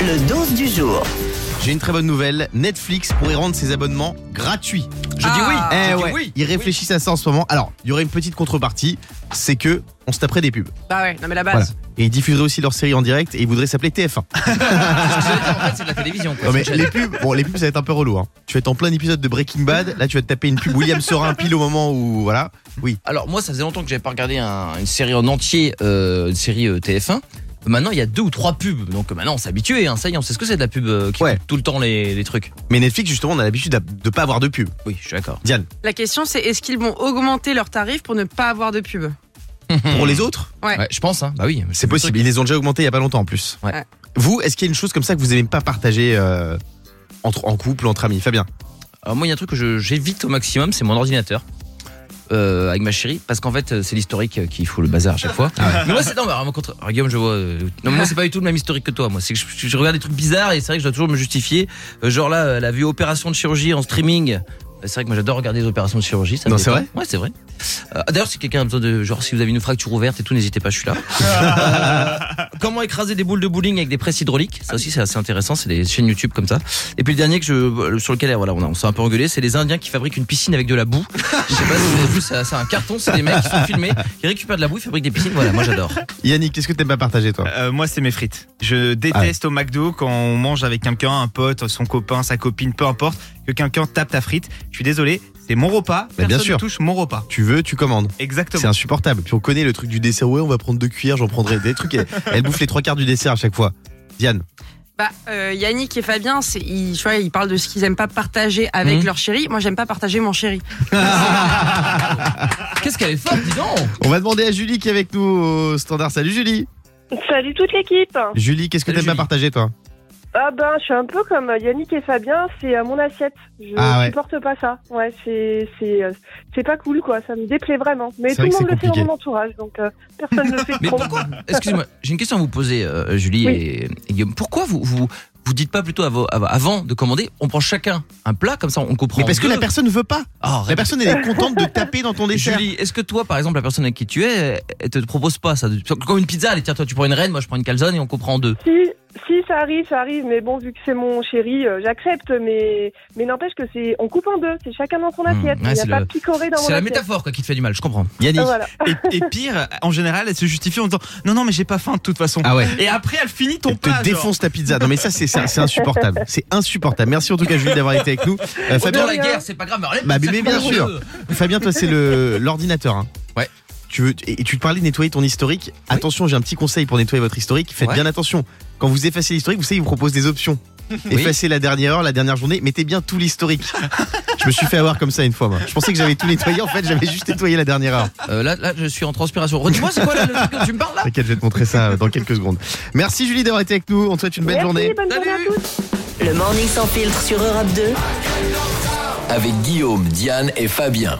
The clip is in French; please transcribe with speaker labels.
Speaker 1: Le dose du jour.
Speaker 2: J'ai une très bonne nouvelle, Netflix pourrait rendre ses abonnements gratuits. Je dis oui, eh
Speaker 3: Ah, je dis
Speaker 2: ouais.
Speaker 3: oui.
Speaker 2: Ils réfléchissent à ça en ce moment. Alors, il y aurait une petite contrepartie, c'est que on se taperait des pubs.
Speaker 3: Bah ouais, non mais la base.
Speaker 2: Voilà. Et ils diffuseraient aussi leur série en direct et ils voudraient s'appeler TF1.
Speaker 4: En fait, c'est de la télévision. Quoi.
Speaker 2: Non mais les pubs, bon les pubs ça va être un peu relou. Hein. Tu vas être en plein épisode de Breaking Bad, là tu vas te taper une pub William Sorin pile au moment où voilà. Oui.
Speaker 4: Alors moi, ça faisait longtemps que j'avais pas regardé un- une série en entier, euh, une série euh, TF1. Maintenant, il y a deux ou trois pubs, donc euh, maintenant on s'est habitué. Hein, ça y est, on sait ce que c'est de la pub euh, qui
Speaker 2: Ouais.
Speaker 4: coupe tout le temps les, les trucs.
Speaker 2: Mais Netflix justement on a l'habitude d'a- de pas avoir de pub.
Speaker 4: Oui, je suis d'accord.
Speaker 2: Diane,
Speaker 3: La question c'est est-ce qu'ils vont augmenter leurs tarifs pour ne pas avoir de pub Hmm.
Speaker 2: pour les autres,
Speaker 3: Ouais.
Speaker 4: Ouais, je pense. Hein. Bah oui,
Speaker 2: c'est possible. Ils les ont déjà augmentés il y a pas longtemps en plus.
Speaker 4: Ouais.
Speaker 3: Ouais.
Speaker 2: Vous, est-ce qu'il y a une chose comme ça que vous aimez pas partager euh, entre en couple, entre amis, Fabien
Speaker 4: Alors moi, il y a un truc que je- j'évite au maximum, c'est mon ordinateur. euh, avec ma chérie, parce qu'en fait, euh, c'est l'historique euh, qui fout le bazar à chaque fois.
Speaker 2: Ah
Speaker 4: Mais moi, c'est non, mais vraiment, contre... alors, Guillaume, je vois. euh, Non, mais moi, c'est pas du tout le même historique que toi. Moi, c'est que je, je regarde des trucs bizarres et c'est vrai que je dois toujours me justifier. Euh, genre là, euh, elle a vu opération de chirurgie en streaming. Euh, C'est vrai que moi, j'adore regarder les opérations de chirurgie. Ça me
Speaker 2: Non, c'est
Speaker 4: détend.
Speaker 2: vrai
Speaker 4: Ouais, c'est vrai. Euh, D'ailleurs, si quelqu'un a besoin de. Genre, si vous avez une fracture ouverte et tout, n'hésitez pas, je suis là. Euh, comment écraser des boules de bowling avec des presses hydrauliques Ça aussi, c'est assez intéressant. C'est des chaînes YouTube comme ça. Et puis le dernier que je, sur lequel voilà, on, a- on s'est un peu engueulé, c'est les Indiens qui fabriquent une piscine avec de la boue. Je sais pas si vous avez vu, ça- c'est un carton, c'est des mecs qui sont filmés, ils récupèrent de la boue, ils fabriquent des piscines. Voilà, moi j'adore.
Speaker 2: Yannick, qu'est-ce que t'aimes pas partager toi
Speaker 5: Euh, moi, c'est mes frites. Je
Speaker 2: Ah.
Speaker 5: déteste au McDo quand on mange avec quelqu'un, un pote, son copain, sa copine, peu importe, que quelqu'un tape ta frite. Je suis désolé, c'est mon repas.
Speaker 2: Mais
Speaker 5: Personne
Speaker 2: bien sûr.
Speaker 5: ne touche mon repas.
Speaker 2: Tu veux, tu commandes. C'est
Speaker 5: Exactement.
Speaker 2: insupportable. Puis on connaît le truc du dessert. Ouais, on va prendre deux cuillères, j'en prendrai des trucs. Elle, elle bouffe les trois quarts du dessert à chaque fois. Diane,
Speaker 3: Bah euh, Yannick et Fabien, c'est- ils, tu vois, ils parlent de ce qu'ils aiment pas partager avec
Speaker 4: Mhm.
Speaker 3: leur chéri. Moi j'aime pas partager mon chéri.
Speaker 4: Qu'est-ce qu'elle est forte, dis donc
Speaker 2: on va demander à Julie qui est avec nous au standard. Salut Julie.
Speaker 6: Salut toute l'équipe
Speaker 2: Julie, qu'est-ce que
Speaker 4: Salut,
Speaker 2: t'aimes pas partager
Speaker 4: Julie.
Speaker 2: toi
Speaker 6: Ah ben, je suis un peu comme euh, Yannick et Fabien, c'est euh, mon assiette. Je
Speaker 2: Ah ouais.
Speaker 6: supporte pas ça. Ouais, c'est c'est euh, c'est pas cool quoi, ça me déplaît vraiment. Mais
Speaker 2: C'est vrai
Speaker 6: tout le
Speaker 2: que
Speaker 6: monde
Speaker 2: c'est
Speaker 6: le fait dans
Speaker 2: compliqué.
Speaker 6: mon entourage, donc euh, personne ne le fait
Speaker 4: Mais
Speaker 6: trop.
Speaker 4: pourquoi Excusez-moi, j'ai une question à vous poser, euh, Julie
Speaker 6: Oui.
Speaker 4: et, et Guillaume. Pourquoi vous, vous vous dites pas plutôt à vos- à- avant de commander, on prend chacun un plat comme ça, on comprend.
Speaker 2: Mais parce que
Speaker 4: deux.
Speaker 2: la personne veut pas.
Speaker 4: Ah,
Speaker 2: La personne elle est contente de taper dans ton dessert.
Speaker 4: Julie, est-ce que toi, par exemple, la personne avec qui tu es, elle te propose pas ça Comme une pizza, allez, tiens, toi, tu prends une reine, moi, je prends une calzone et on comprend en deux.
Speaker 6: Si, si ça arrive, ça arrive, mais bon, vu que c'est mon chéri, euh, j'accepte, mais, mais n'empêche que c'est on coupe en deux, c'est chacun dans son
Speaker 4: Hmm, ouais,
Speaker 6: assiette, il n'y a
Speaker 4: c'est
Speaker 6: pas
Speaker 4: le-
Speaker 6: picoré dans mon
Speaker 4: C'est la
Speaker 6: assiette.
Speaker 4: métaphore quoi, qui te fait du mal, je comprends.
Speaker 2: Yannick.
Speaker 6: Ah, voilà.
Speaker 5: Et, et pire, en général, elle se justifie en disant Non, non, mais j'ai pas faim de toute façon.
Speaker 2: Ah ouais.
Speaker 5: Et après, elle finit ton
Speaker 2: Elle te
Speaker 5: plat. genre.
Speaker 2: défonce ta pizza. Non mais ça c'est c'est- c'est insupportable. C'est insupportable. Merci en tout cas Julie d'avoir été avec nous. Euh, Fabien,
Speaker 4: Autant la
Speaker 6: rien.
Speaker 4: guerre, c'est pas grave. mais alors,
Speaker 2: Bah,
Speaker 4: ça
Speaker 2: mais
Speaker 4: coupe
Speaker 2: bien
Speaker 4: en
Speaker 2: sûr.
Speaker 4: deux.
Speaker 2: Fabien, toi c'est le l'ordinateur. hein.
Speaker 4: Ouais.
Speaker 2: Tu veux et et tu te parlais de nettoyer ton historique. Attention, j'ai un petit conseil pour nettoyer votre historique. Faites
Speaker 4: Ouais.
Speaker 2: bien attention. Quand vous effacez l'historique, vous savez, ils vous proposent des options.
Speaker 4: Oui.
Speaker 2: Effacez la dernière heure, la dernière journée. Mettez bien tout l'historique. je me suis fait avoir comme ça une fois. Moi. Je pensais que j'avais tout nettoyé. En fait, j'avais juste nettoyé la dernière heure.
Speaker 4: Euh, là, là, je suis en transpiration. Redis-moi, c'est quoi là, le truc dont tu me parles là
Speaker 2: T'inquiète, je vais te montrer ça euh, dans quelques secondes. Merci Julie d'avoir été avec nous. On te souhaite une belle
Speaker 6: Merci,
Speaker 2: journée.
Speaker 6: bonne journée à
Speaker 4: Salut.
Speaker 6: tous.
Speaker 1: Le morning sans filtre sur Europe 2.
Speaker 7: avec Guillaume, Diane et Fabien.